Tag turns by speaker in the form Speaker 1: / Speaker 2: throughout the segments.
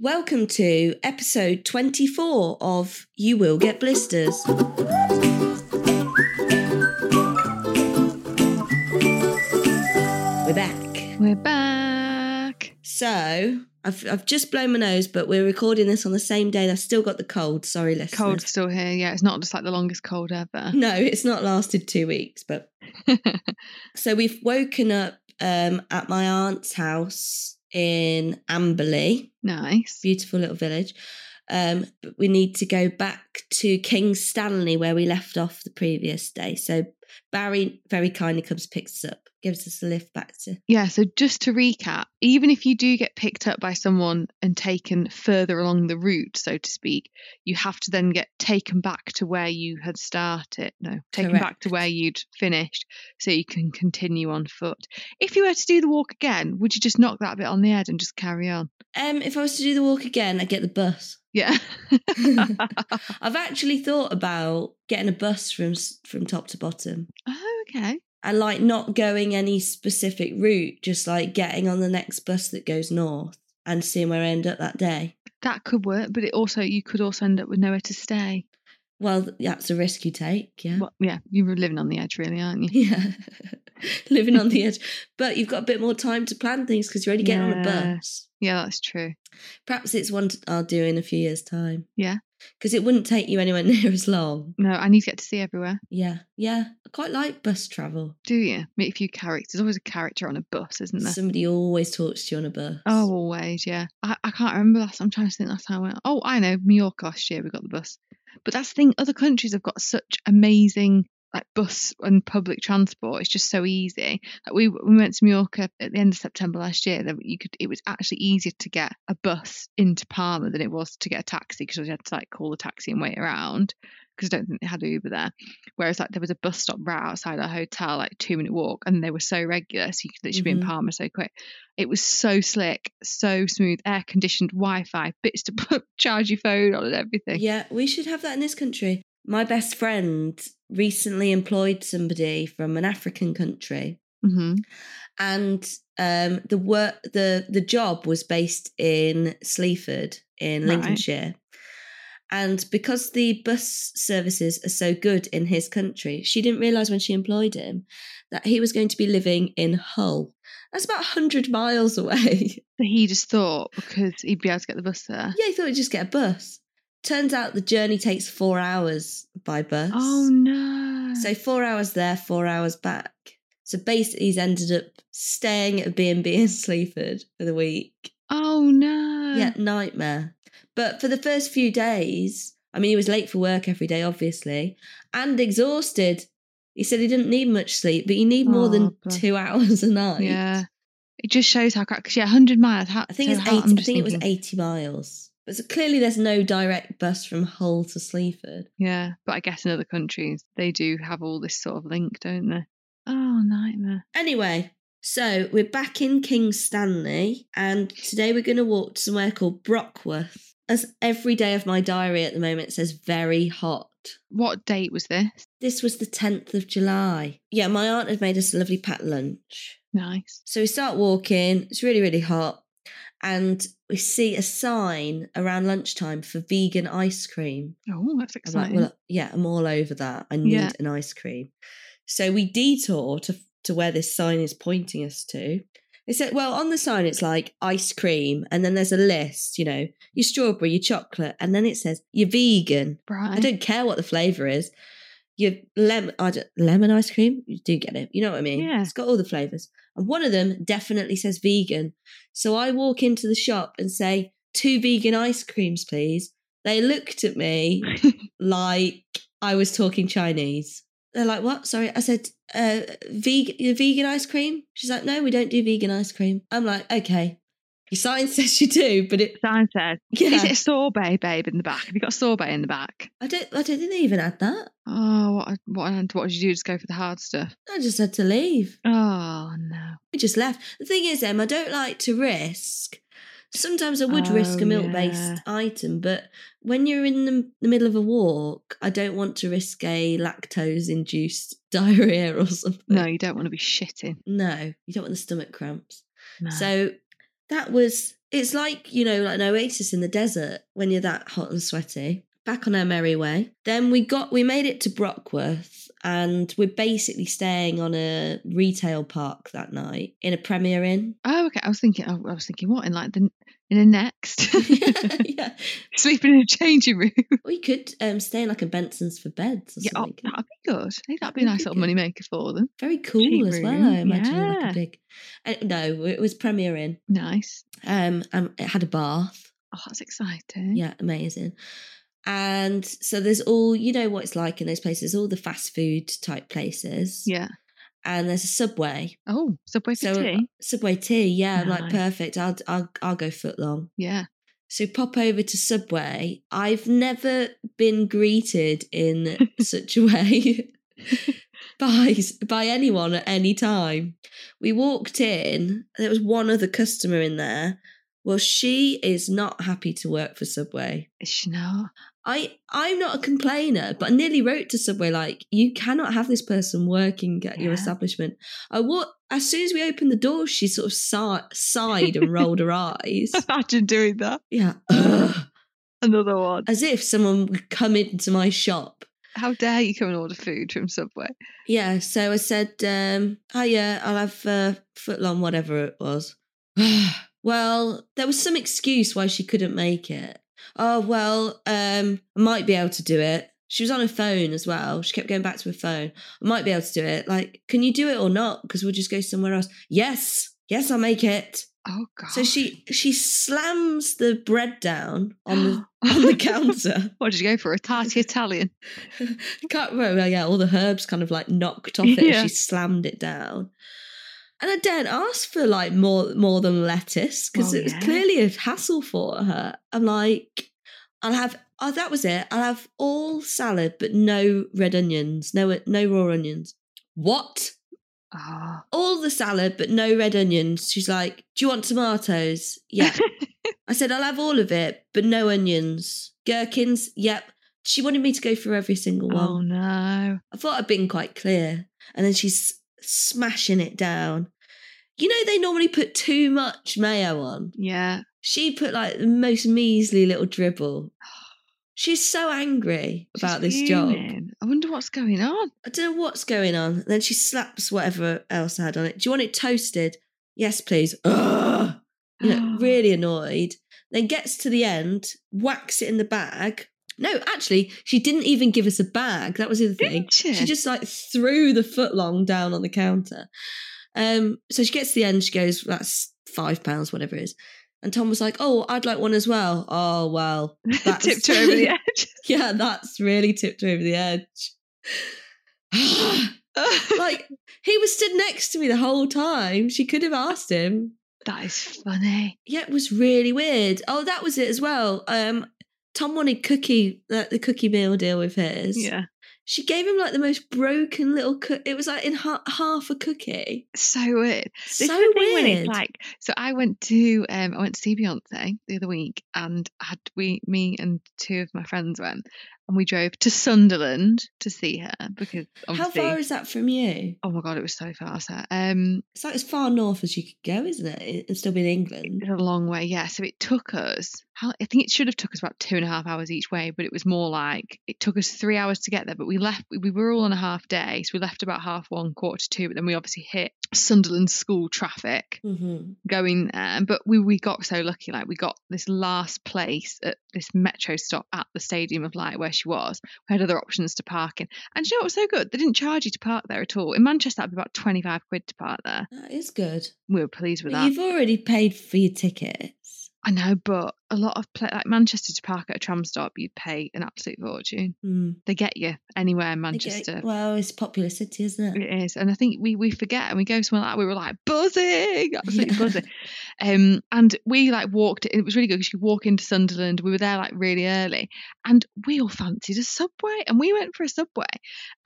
Speaker 1: Welcome to episode 24 of You Will Get Blisters. We're back.
Speaker 2: We're back.
Speaker 1: So, I've, I've just blown my nose, but we're recording this on the same day and I've still got the cold. Sorry, listeners.
Speaker 2: Cold's still here. Yeah, it's not just like the longest cold ever.
Speaker 1: No, it's not lasted two weeks, but so we've woken up um, at my aunt's house in Amberley.
Speaker 2: nice.
Speaker 1: beautiful little village. Um, but we need to go back to King Stanley where we left off the previous day. So Barry very kindly comes, picks us up, gives us a lift back to.
Speaker 2: Yeah, so just to recap, even if you do get picked up by someone and taken further along the route, so to speak, you have to then get taken back to where you had started. No, taken back to
Speaker 1: Correct.
Speaker 2: where you'd finished so you can continue on foot. If you were to do the walk again, would you just knock that bit on the head and just carry on?
Speaker 1: Um, if I was to do the walk again, I'd get the bus.
Speaker 2: Yeah.
Speaker 1: I've actually thought about getting a bus from s- from top to bottom
Speaker 2: oh, okay.
Speaker 1: and like not going any specific route, just like getting on the next bus that goes north and seeing where I end up that day.
Speaker 2: That could work, but it also you could also end up with nowhere to stay.
Speaker 1: Well, th- that's a risk you take, yeah.
Speaker 2: Well, yeah, you were living on the edge, really, aren't you?
Speaker 1: Yeah. Living on the edge. But you've got a bit more time to plan things because you're already getting on a
Speaker 2: Yeah.
Speaker 1: bus.
Speaker 2: Yeah, that's true.
Speaker 1: Perhaps it's one t- I'll do in a few years' time.
Speaker 2: Yeah.
Speaker 1: Because it wouldn't take you anywhere near as long.
Speaker 2: No, I need to get to see everywhere.
Speaker 1: Yeah. Yeah. I quite like bus travel.
Speaker 2: Do you meet a few characters? There's always a character on a bus, isn't there?
Speaker 1: Somebody always talks to you on a bus.
Speaker 2: Oh, always, yeah. I, I can't remember last. I'm trying to think last time I went. Oh, I know, Mallorca last year we got the bus. But that's the thing. Other countries have got such amazing like bus and public transport. It's just so easy. Like we we went to Mallorca at the end of September last year. That you could. It was actually easier to get a bus into Palma than it was to get a taxi because you had to like call the taxi and wait around. Because I don't think they had Uber there. Whereas like there was a bus stop right outside our hotel, like two minute walk, and they were so regular, so you could literally be
Speaker 1: Mhm.
Speaker 2: in Palma so quick. It was so slick, so smooth, air conditioned, Wi Fi, bits to put, charge your phone on and everything.
Speaker 1: Yeah. We should have that in this country. My best friend recently employed somebody from an African country.
Speaker 2: hmm
Speaker 1: and um, the work the the job was based in Sleaford in
Speaker 2: Right.
Speaker 1: Lincolnshire. And because the bus services are so good in his country, she didn't realise when she employed him that he was going to be living in Hull. That's about 100 miles away.
Speaker 2: So he just thought because he'd be able to get the bus there.
Speaker 1: yeah, he thought he'd just get a bus. Turns out the journey takes four hours by bus.
Speaker 2: Oh no.
Speaker 1: So four hours there, four hours back. So basically, he's ended up staying at a B&B in Sleaford for the week.
Speaker 2: oh no.
Speaker 1: Yeah, nightmare. But for the first few days, I mean, he was late for work every day, obviously, and exhausted. He said he didn't need much sleep, but you need more
Speaker 2: Oh,
Speaker 1: than
Speaker 2: bless.
Speaker 1: two hours a night.
Speaker 2: Yeah. It just shows how, because yeah, 100 miles. How,
Speaker 1: I think
Speaker 2: so
Speaker 1: it's
Speaker 2: how-
Speaker 1: eight.
Speaker 2: I'm
Speaker 1: I
Speaker 2: just
Speaker 1: think it was
Speaker 2: thinking-
Speaker 1: eighty miles. But so clearly, there's no direct bus from Hull to Sleaford.
Speaker 2: Yeah. But I guess in other countries, they do have all this sort of link, don't they? Oh, nightmare.
Speaker 1: Anyway, so we're back in King Stanley, and today we're going to walk to somewhere called Brockworth. As every day of my diary at the moment says, very hot.
Speaker 2: What date was this?
Speaker 1: This was the 10th of July. Yeah, my aunt had made us a lovely packed lunch.
Speaker 2: Nice.
Speaker 1: So we start walking, it's really, really hot, and we see a sign around lunchtime for vegan ice cream.
Speaker 2: Oh, that's
Speaker 1: I'm like,
Speaker 2: exciting.
Speaker 1: well, yeah, I'm all over that. I need
Speaker 2: Yeah.
Speaker 1: an ice cream. So we detour to to where this sign is pointing us to. It said, well, on the sign it's like ice cream, and then there's a list, you know, your strawberry, your chocolate, and then it says you're vegan. I
Speaker 2: right.
Speaker 1: don't care what the flavour is. Your lemon, I don't, lemon ice cream, you do get it. You know what I mean?
Speaker 2: Yeah.
Speaker 1: It's got all the flavours. And one of them definitely says vegan. So I walk into the shop and say, two vegan ice creams, please. They looked at me like I was talking Chinese. They're like, what? Sorry. I said, uh, vegan, vegan ice cream? She's like, no, we don't do vegan ice cream. I'm like, okay. Your sign says you do, but it,
Speaker 2: Sign says,
Speaker 1: yeah.
Speaker 2: Is it a sorbet, babe, in the back? Have you got a sorbet in the back?
Speaker 1: I don't, I don't think they even had that.
Speaker 2: Oh, what, a- what, an- what did you do? Just go for the hard stuff.
Speaker 1: I just had to leave.
Speaker 2: Oh, no.
Speaker 1: We just left. The thing is, Em, I don't like to risk. Sometimes I would risk a
Speaker 2: Oh,
Speaker 1: milk based
Speaker 2: yeah.
Speaker 1: item, but when you're in the, the middle of a walk, I don't want to risk a lactose induced diarrhea or something.
Speaker 2: No, you don't want to be shitting.
Speaker 1: No, you don't want the stomach cramps.
Speaker 2: No.
Speaker 1: So that was It's like, you know, like an oasis in the desert when you're that hot and sweaty. Back on our merry way. Then we got we made it to Brockworth and we're basically staying on a retail park that night in a Premier Inn.
Speaker 2: Oh, okay. I was thinking. Oh, I was thinking what in like the in the next
Speaker 1: yeah.
Speaker 2: sleeping in a changing room.
Speaker 1: We could um stay in like a Benson's for beds or
Speaker 2: Yeah, oh,
Speaker 1: something.
Speaker 2: that'd be good. I think that'd be a
Speaker 1: That'd
Speaker 2: nice
Speaker 1: be
Speaker 2: little money maker for them.
Speaker 1: Very cool
Speaker 2: cheap
Speaker 1: as well,
Speaker 2: room,
Speaker 1: I imagine. Like
Speaker 2: yeah.
Speaker 1: a big uh, no, it was Premier Inn.
Speaker 2: Nice.
Speaker 1: Um and it had a bath.
Speaker 2: Oh, that's exciting.
Speaker 1: Yeah, amazing. And so there's all you know what it's like in those places, all the fast food type places.
Speaker 2: Yeah.
Speaker 1: And there's a subway.
Speaker 2: Oh, subway for
Speaker 1: So uh
Speaker 2: tea.
Speaker 1: subway tea, yeah, I'm like
Speaker 2: Nice.
Speaker 1: perfect. I'll I'll I'll go foot long.
Speaker 2: Yeah.
Speaker 1: So pop over to Subway. I've never been greeted in such a way by by anyone at any time. We walked in. There was one other customer in there. Well, she is not happy to work for Subway.
Speaker 2: Is she not?
Speaker 1: I I'm not a complainer, but I nearly wrote to Subway like you cannot have this person working at your
Speaker 2: Yeah.
Speaker 1: establishment. I what as soon as we opened the door, she sort of sigh, sighed and rolled her eyes.
Speaker 2: Imagine doing that.
Speaker 1: Yeah, Ugh.
Speaker 2: Another one.
Speaker 1: as if someone would come into my shop.
Speaker 2: How dare you come and order food from Subway?
Speaker 1: Yeah, so I said, um, "Oh yeah, I'll have uh, footlong, whatever it was." well, there was some excuse why she couldn't make it. Oh well, um, I might be able to do it. She was on her phone as well. She kept going back to her phone. I might be able to do it. Like, can you do it or not? Because we'll just go somewhere else. Yes, yes, I'll make it.
Speaker 2: Oh god.
Speaker 1: So she she slams the bread down on the on the counter.
Speaker 2: What did you go for? A tarty Italian.
Speaker 1: Cut, well, well, yeah, all the herbs kind of like knocked off it as
Speaker 2: Yeah.
Speaker 1: she slammed it down. And I daren't ask for like more more than lettuce because
Speaker 2: Well,
Speaker 1: it was
Speaker 2: Oh, yeah.
Speaker 1: clearly a hassle for her. I'm like, I'll have oh that was it. I'll have all salad but no red onions, no no raw onions. What?
Speaker 2: Oh.
Speaker 1: All the salad but no red onions. She's like, do you want tomatoes? Yeah.
Speaker 2: Ah.
Speaker 1: I said, I'll have all of it, but no onions. Gherkins, yep. She wanted me to go through every single one.
Speaker 2: oh no.
Speaker 1: I thought I'd been quite clear. And then she's smashing it down. You know, they normally put too much mayo on.
Speaker 2: Yeah.
Speaker 1: She put like the most measly little dribble. She's so angry
Speaker 2: She's
Speaker 1: about this job.
Speaker 2: fuming. I wonder what's going on.
Speaker 1: I don't know what's going on. then she slaps whatever else I had on it. Do you want it toasted? Yes, please. Ugh. You
Speaker 2: Oh,
Speaker 1: know, really annoyed. Then gets to the end, whacks it in the bag. No, actually, she didn't even give us a bag. That was the other thing.
Speaker 2: Didn't she?
Speaker 1: She just like threw the footlong down on the counter. Um, so she gets to the end, she goes, That's five pounds, whatever it is. And Tom was like, Oh, I'd like one as well. Oh well. That's
Speaker 2: tipped her over the edge.
Speaker 1: yeah, that's really tipped her over the edge. like he was stood next to me the whole time. She could have asked him.
Speaker 2: that is funny.
Speaker 1: Yeah, it was really weird. Oh, that was it as well. Um Tom wanted cookie, like the cookie meal deal with his. She gave him like the most broken little cook. It was like in ha- half a cookie.
Speaker 2: So weird. This
Speaker 1: so
Speaker 2: is the thing
Speaker 1: weird.
Speaker 2: when it's like so I went to um I went to see Beyonce the other week and had we me and two of my friends went and we drove to Sunderland to see her because
Speaker 1: How
Speaker 2: obviously
Speaker 1: far is that from you?
Speaker 2: oh my god it was so far so um
Speaker 1: It's like as far north as you could go, isn't it? And still be in England.
Speaker 2: it's a long way yeah so it took us how I think it should have took us about two and a half hours each way but it was more like it took us three hours to get there but we left we were all on a half day so we left about half one quarter to two but then we obviously hit Sunderland school traffic
Speaker 1: Mm-hmm.
Speaker 2: going there. But we, we got so lucky, like we got this last place at this metro stop at the Stadium of Light where she was. We had other options to park in. And do you know what was so good? They didn't charge you to park there at all. In Manchester, that'd be about 25 quid to park there.
Speaker 1: That is good.
Speaker 2: We were pleased with
Speaker 1: But
Speaker 2: that.
Speaker 1: you've already paid for your tickets.
Speaker 2: I know, but a lot of, pla like Manchester to park at a tram stop, you'd pay an absolute fortune.
Speaker 1: Mm.
Speaker 2: They get you anywhere in
Speaker 1: They go-
Speaker 2: Manchester.
Speaker 1: Well, it's a popular city, isn't it?
Speaker 2: It is, and I think we we forget, and we go somewhere like we were like buzzing, absolutely
Speaker 1: Yeah.
Speaker 2: buzzing, um, and we like walked. It was really good because you could walk into Sunderland. We were there like really early, and we all fancied a subway, and we went for a subway,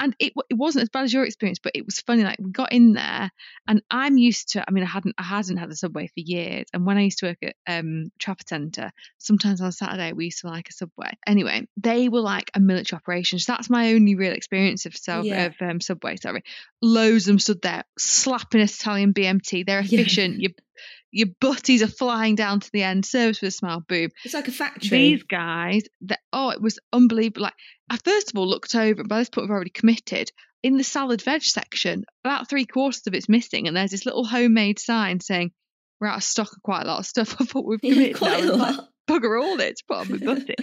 Speaker 2: and it wa- it wasn't as bad as your experience, but it was funny. Like we got in there, and I'm used to. I mean, I hadn't I hadn't had a subway for years, and when I used to work at um Trafford Centre, sometimes on Saturday we used to like a subway. Anyway, they were like a military operation. So that's my only real experience of sub
Speaker 1: Yeah.
Speaker 2: of um, subway. Sorry, loads of them stood there slapping Italian BMT. They're
Speaker 1: Yeah.
Speaker 2: efficient. You your butties are flying down to the end. Service with a smile, boom.
Speaker 1: It's like a factory.
Speaker 2: These guys, that oh, it was unbelievable. Like I first of all looked over, and by this point we've already committed. In the salad veg section, about three quarters of it's missing, and there's this little homemade sign saying we're out of stock of quite a lot of stuff. I thought we've
Speaker 1: yeah,
Speaker 2: committed
Speaker 1: quite
Speaker 2: now.
Speaker 1: a
Speaker 2: It's like,
Speaker 1: lot.
Speaker 2: bugger all this, put on my butty.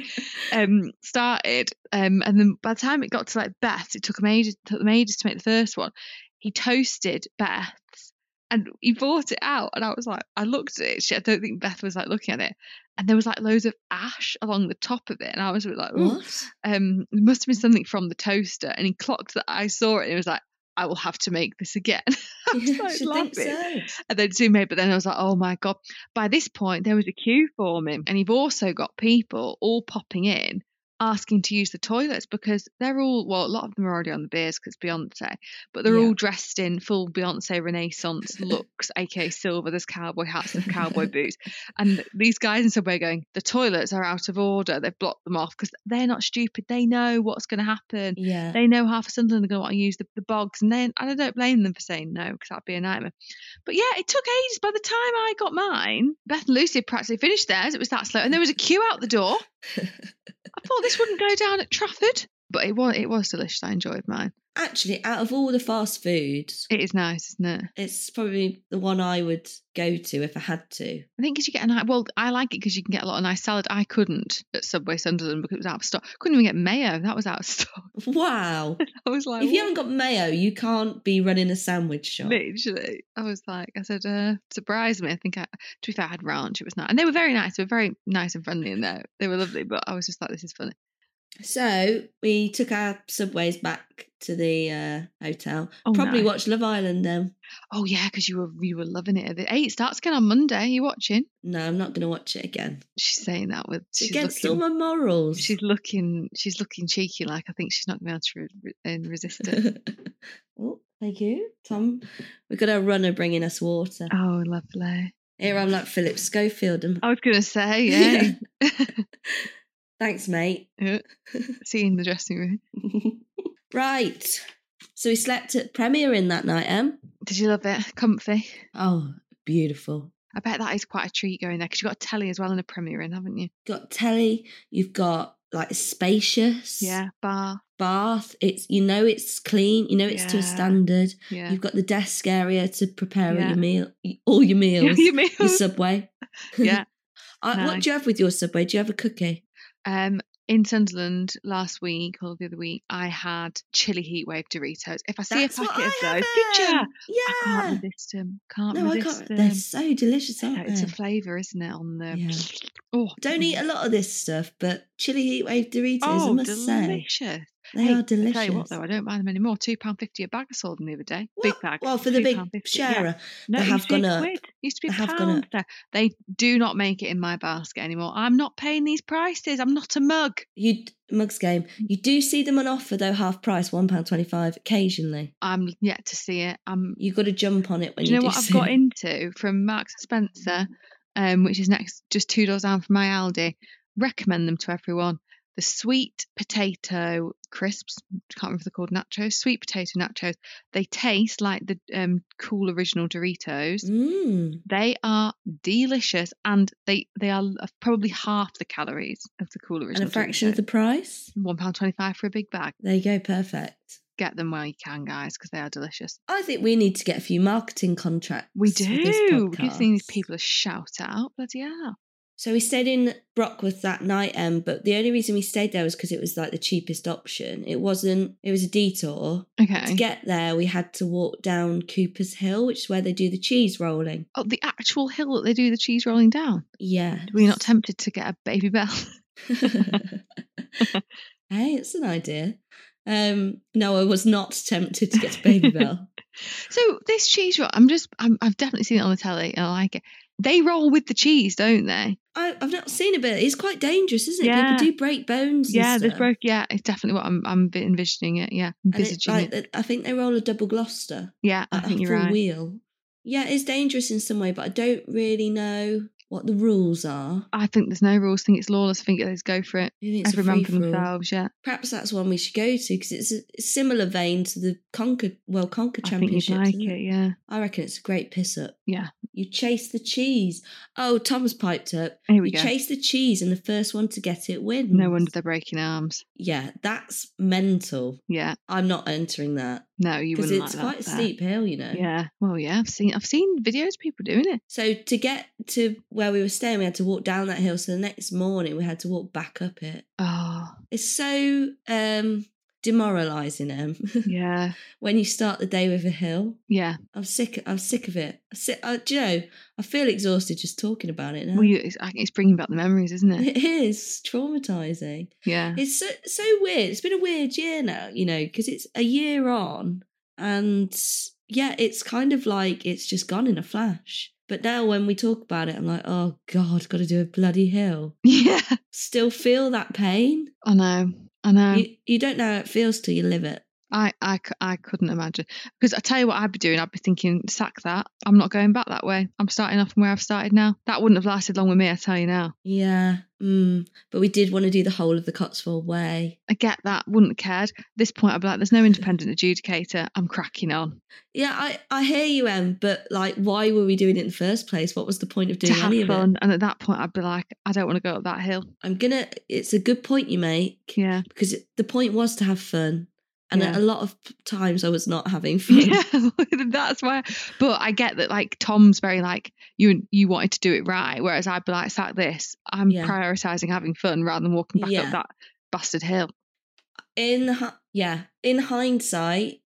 Speaker 2: um, started, um, and then by the time it got to like Beth, it took him ages, took them ages to make the first one. He toasted Beth's, and he bought it out, and I was like, I looked at it. She, I don't think Beth was like looking at it, and there was like loads of ash along the top of it, and I was a bit like, oh,
Speaker 1: What?
Speaker 2: um, it must have been something from the toaster. And he clocked that I saw it, and he was like, I will have to make this again. I was
Speaker 1: Yeah,
Speaker 2: like
Speaker 1: should think
Speaker 2: laughing.
Speaker 1: so.
Speaker 2: And then Zoom made, but then I was like, oh my God. By this point, there was a queue forming, and you've also got people all popping in asking to use the toilets because they're all, well, a lot of them are already on the beers because Beyonce, but they're
Speaker 1: Yeah.
Speaker 2: all dressed in full Beyonce Renaissance looks, aka silver, there's cowboy hats and cowboy boots. And these guys in Subway are going, the toilets are out of order. They've blocked them off because they're not stupid. They know what's going to happen
Speaker 1: Yeah.
Speaker 2: they know half of Sunderland are going to want to use the, the bogs, and then and I don't blame them for saying no because that'd be a nightmare. But yeah, it took ages. By the time I got mine, Beth and Lucy had practically finished theirs. It was that slow, and there was a queue out the door. I thought this wouldn't go down at Trafford, but it was it was delicious. I enjoyed mine.
Speaker 1: Actually, out of all the fast foods,
Speaker 2: It is nice, isn't it?
Speaker 1: it's probably the one I would go to if I had to.
Speaker 2: I think because you get a nice. Well, I like it because you can get a lot of nice salad. I couldn't at Subway Sunderland because it was out of stock. Couldn't even get mayo. That was out of stock.
Speaker 1: Wow.
Speaker 2: I was like,
Speaker 1: if you
Speaker 2: "What?"
Speaker 1: haven't got mayo, you can't be running a sandwich shop.
Speaker 2: Literally, I was like, I said, uh, surprised me. I think I, to be fair, I had ranch. It was nice, and they were very nice. They were very nice and friendly in there. They were lovely, but I was just like, this is funny.
Speaker 1: So we took our subways back to the uh, hotel.
Speaker 2: Oh,
Speaker 1: Probably
Speaker 2: nice.
Speaker 1: watch Love Island then.
Speaker 2: Oh yeah, because you were you were loving it. The eight starts again on Monday. you watching?
Speaker 1: No, I'm not going to watch it again.
Speaker 2: She's saying that with
Speaker 1: It's
Speaker 2: she's
Speaker 1: against
Speaker 2: looking,
Speaker 1: all my morals.
Speaker 2: she's looking she's looking cheeky. Like I think she's not going to be able to re- re- and resist it.
Speaker 1: oh, thank you, Tom. We've got our runner bringing us water.
Speaker 2: oh lovely.
Speaker 1: Here I'm like Philip Schofield. And,
Speaker 2: I was going to say yeah.
Speaker 1: Thanks, mate.
Speaker 2: See you in the dressing room.
Speaker 1: right. So we slept at Premier Inn that night, Em.
Speaker 2: Did you love it? Comfy.
Speaker 1: Oh, beautiful.
Speaker 2: I bet that is quite a treat going there because you've got a telly as well and a premiere in, haven't you?
Speaker 1: Got telly. You've got like spacious.
Speaker 2: Yeah, bar.
Speaker 1: Bath. It's you know it's clean. You know it's to a
Speaker 2: Yeah.
Speaker 1: standard.
Speaker 2: Yeah.
Speaker 1: You've got the desk area to prepare all
Speaker 2: Yeah.
Speaker 1: your meal, all your meals.
Speaker 2: Your
Speaker 1: your
Speaker 2: meals.
Speaker 1: subway.
Speaker 2: Yeah.
Speaker 1: I, What
Speaker 2: Nice.
Speaker 1: do you have with your subway? Do you have a cookie?
Speaker 2: Um, in Sunderland last week or the other week, I had chili heat wave Doritos. If I see
Speaker 1: That's
Speaker 2: a
Speaker 1: what
Speaker 2: packet of
Speaker 1: I
Speaker 2: those,
Speaker 1: have,
Speaker 2: did you?
Speaker 1: Em.
Speaker 2: I can't
Speaker 1: Yeah.
Speaker 2: resist them. Can't
Speaker 1: No, I
Speaker 2: resist
Speaker 1: can't.
Speaker 2: them.
Speaker 1: They're so delicious,
Speaker 2: Yeah,
Speaker 1: aren't
Speaker 2: um, it's a
Speaker 1: they?
Speaker 2: flavour, isn't it? On the
Speaker 1: Yeah.
Speaker 2: oh,
Speaker 1: Don't eat a lot of this stuff, but chili heatwave Doritos, I
Speaker 2: Oh,
Speaker 1: must say,
Speaker 2: delicious!
Speaker 1: they
Speaker 2: Hey,
Speaker 1: are
Speaker 2: I
Speaker 1: delicious.
Speaker 2: tell you what, though, I don't mind them anymore. Two pound fifty a bag. I sold them the other day. Big
Speaker 1: Well-
Speaker 2: bag.
Speaker 1: Well, for the big
Speaker 2: £2.50, yeah.
Speaker 1: sharer,
Speaker 2: No,
Speaker 1: They
Speaker 2: it
Speaker 1: have
Speaker 2: used to be
Speaker 1: gone
Speaker 2: a
Speaker 1: up.
Speaker 2: quid. It Used to be a
Speaker 1: They have gone
Speaker 2: pound. there. They do not make it in my basket anymore. I'm not paying these prices. I'm not a mug.
Speaker 1: you mugs game.
Speaker 2: Mm.
Speaker 1: You do see them on offer though, half price, one pound twenty-five occasionally.
Speaker 2: I'm yet to see it. I'm
Speaker 1: You got to jump on it when
Speaker 2: Do
Speaker 1: you,
Speaker 2: you know
Speaker 1: do
Speaker 2: what I've
Speaker 1: see
Speaker 2: got
Speaker 1: it. Mm-hmm.
Speaker 2: into from Marks and Spencer, um, which is next, just two doors down from my Aldi? Recommend them to everyone. The sweet potato crisps. Can't remember if they're called nachos. Sweet potato nachos. They taste like the um, cool original Doritos.
Speaker 1: Mm.
Speaker 2: They are delicious, and they they are l- uh, probably half the calories of the cool
Speaker 1: And
Speaker 2: original.
Speaker 1: a fraction of
Speaker 2: Doritos.
Speaker 1: the price.
Speaker 2: one pound twenty five for a big bag.
Speaker 1: There you go. Perfect.
Speaker 2: Get them while you can, guys, because they are delicious.
Speaker 1: I think we need to get a few marketing contracts.
Speaker 2: We
Speaker 1: for this
Speaker 2: do. We give these
Speaker 1: podcast.
Speaker 2: people a shout out. Bloody hell.
Speaker 1: So we stayed in Brockworth that night, um, but the only reason we stayed there was because it was like the cheapest option. It wasn't. It was a detour.
Speaker 2: Okay.
Speaker 1: To get there, we had to walk down Cooper's Hill, which is where they do the cheese rolling.
Speaker 2: oh, the actual hill that they do the cheese rolling down.
Speaker 1: Yeah.
Speaker 2: Were you not tempted to get a baby bell?
Speaker 1: hey, it's an idea. Um, no, I was not tempted to get a baby bell.
Speaker 2: so this cheese roll, I'm just, I'm, I've definitely seen it on the telly and I like it. They roll with the cheese, don't they?
Speaker 1: I, I've not seen it, but it's quite dangerous, isn't it?
Speaker 2: Yeah.
Speaker 1: People do break bones. and
Speaker 2: Yeah, there's
Speaker 1: stuff.
Speaker 2: broke. Yeah, it's definitely what I'm, I'm envisioning it. Yeah,
Speaker 1: And it,
Speaker 2: envisaging
Speaker 1: like,
Speaker 2: it.
Speaker 1: th- I think they roll a double Gloucester.
Speaker 2: Yeah, I
Speaker 1: like a
Speaker 2: think you're
Speaker 1: full
Speaker 2: right.
Speaker 1: wheel. Yeah, it's dangerous in some way, but I don't really know. what the rules are.
Speaker 2: I think there's no rules. I think it's lawless. I think it is go for it.
Speaker 1: I think it's
Speaker 2: Every
Speaker 1: a
Speaker 2: man for
Speaker 1: free-for-all.
Speaker 2: themselves. Yeah.
Speaker 1: Perhaps that's one we should go to because it's a similar vein to the Conquer World Conquer
Speaker 2: I think you'd
Speaker 1: Championship.
Speaker 2: like it. Yeah.
Speaker 1: I reckon it's a great piss up.
Speaker 2: Yeah.
Speaker 1: You chase the cheese. Oh, Tom's piped up.
Speaker 2: Here we
Speaker 1: You
Speaker 2: go.
Speaker 1: chase the cheese, and the first one to get it wins.
Speaker 2: No wonder they're breaking arms.
Speaker 1: Yeah, that's mental.
Speaker 2: Yeah.
Speaker 1: I'm not entering that
Speaker 2: No, you
Speaker 1: because
Speaker 2: wouldn't
Speaker 1: it's
Speaker 2: like
Speaker 1: quite a
Speaker 2: that. there.
Speaker 1: steep hill, you know.
Speaker 2: Yeah. Well, yeah. I've seen I've seen videos of people doing it.
Speaker 1: So to get to where we were staying, we had to walk down that hill. So the next morning, we had to walk back up it.
Speaker 2: Oh,
Speaker 1: It's so um demoralizing, Em,
Speaker 2: yeah.
Speaker 1: when you start the day with a hill.
Speaker 2: Yeah.
Speaker 1: I'm sick. I'm sick of it. I'm sick, uh, do you know? I feel exhausted just talking about it now.
Speaker 2: Well, you, it's, I- it's bringing back the memories, isn't it?
Speaker 1: it is traumatizing.
Speaker 2: Yeah.
Speaker 1: It's so so weird. It's been a weird year now, you know, because it's a year on, and yeah, it's kind of like it's just gone in a flash. But now when we talk about it, I'm like, oh god, got to do a bloody hill.
Speaker 2: Yeah.
Speaker 1: Still feel that pain.
Speaker 2: I know. I know.
Speaker 1: you you don't know how it feels till you live it.
Speaker 2: I, I, c- I couldn't imagine. Because I tell you what I'd be doing. I'd be thinking, sack that. I'm not going back that way. I'm starting off from where I've started now. That wouldn't have lasted long with me, I tell you now.
Speaker 1: Yeah. Mm. But we did want to do the whole of the Cotswold Way.
Speaker 2: I get that. Wouldn't have cared. At this point, I'd be like, there's no independent adjudicator. I'm cracking on.
Speaker 1: Yeah, I, I hear you, Em, but like, why were we doing it in the first place? What was the point of doing
Speaker 2: to have
Speaker 1: any of it?
Speaker 2: fun. And at that point, I'd be like, I don't want to go up that hill.
Speaker 1: I'm gonna. It's a good point you make
Speaker 2: Yeah.
Speaker 1: because it, the point was to have fun, and
Speaker 2: Yeah.
Speaker 1: a lot of p- times I was not having fun.
Speaker 2: yeah, that's why. But I get that, like Tom's very like you. You wanted to do it right, whereas I'd be like, "Sack this! I'm
Speaker 1: Yeah.
Speaker 2: prioritizing having fun rather than walking back
Speaker 1: Yeah.
Speaker 2: up that bastard hill."
Speaker 1: In hi- yeah, in hindsight,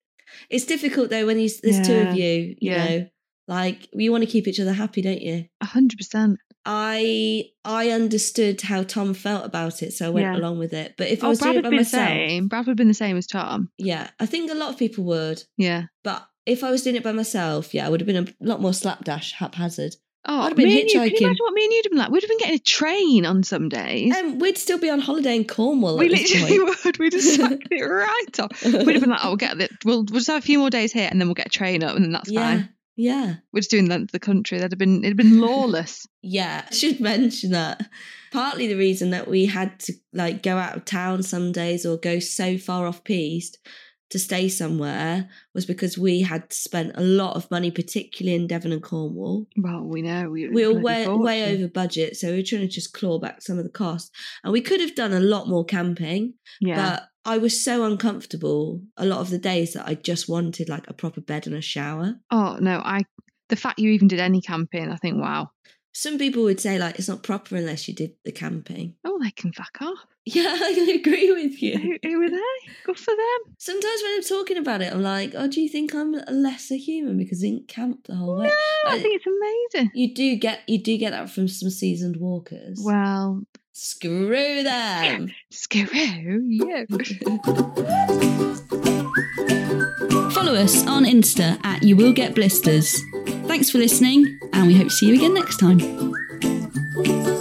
Speaker 1: it's difficult though when you, s- there's two
Speaker 2: Yeah.
Speaker 1: of you. You
Speaker 2: Yeah.
Speaker 1: know, like you want to keep each other happy, don't you?
Speaker 2: A hundred percent.
Speaker 1: I I understood how Tom felt about it, so I went
Speaker 2: Yeah.
Speaker 1: along with it. But if I
Speaker 2: Oh,
Speaker 1: was
Speaker 2: Brad
Speaker 1: doing it
Speaker 2: would
Speaker 1: by
Speaker 2: been the
Speaker 1: myself,
Speaker 2: same. Brad would have been the same as Tom.
Speaker 1: yeah, I think a lot of people would.
Speaker 2: Yeah.
Speaker 1: But if I was doing it by myself, yeah, I would have been a lot more slapdash, haphazard.
Speaker 2: Oh,
Speaker 1: I'd have been
Speaker 2: me and you, can
Speaker 1: hitchhiking.
Speaker 2: you imagine what me and you'd have been like? We'd have been getting a train on some days.
Speaker 1: Um, we'd still be on holiday in Cornwall.
Speaker 2: we
Speaker 1: at this
Speaker 2: literally
Speaker 1: point.
Speaker 2: would. We'd have sacked it right off. We'd have been like, "Oh, we'll get the, we'll, we'll just have a few more days here, and then we'll get a train up, and then that's
Speaker 1: yeah,
Speaker 2: fine."
Speaker 1: yeah,
Speaker 2: We're just doing the, the country. That'd have been it'd have been lawless.
Speaker 1: yeah. I should mention that partly the reason that we had to like go out of town some days or go so far off piste to stay somewhere was because we had spent a lot of money, particularly in Devon and Cornwall.
Speaker 2: Well, we know we,
Speaker 1: We were way, way over budget, so we were trying to just claw back some of the cost. And we could have done a lot more camping,
Speaker 2: Yeah,
Speaker 1: but I was so uncomfortable a lot of the days that I just wanted like a proper bed and a shower.
Speaker 2: oh no, I the fact you even did any camping, I think wow.
Speaker 1: some people would say like it's not proper unless you did the camping.
Speaker 2: Oh, they can fuck off.
Speaker 1: Yeah, I agree with you.
Speaker 2: Who, who are they? Good for them.
Speaker 1: Sometimes when I'm talking about it, I'm like, oh, do you think I'm a lesser human because I didn't camp the whole way?
Speaker 2: No, I
Speaker 1: Uh,
Speaker 2: think it's amazing.
Speaker 1: You do get you do get that from some seasoned walkers.
Speaker 2: Well,
Speaker 1: Screw them.
Speaker 2: screw you.
Speaker 1: Follow us on Insta at You Will Get Blisters. Thanks for listening, and we hope to see you again next time.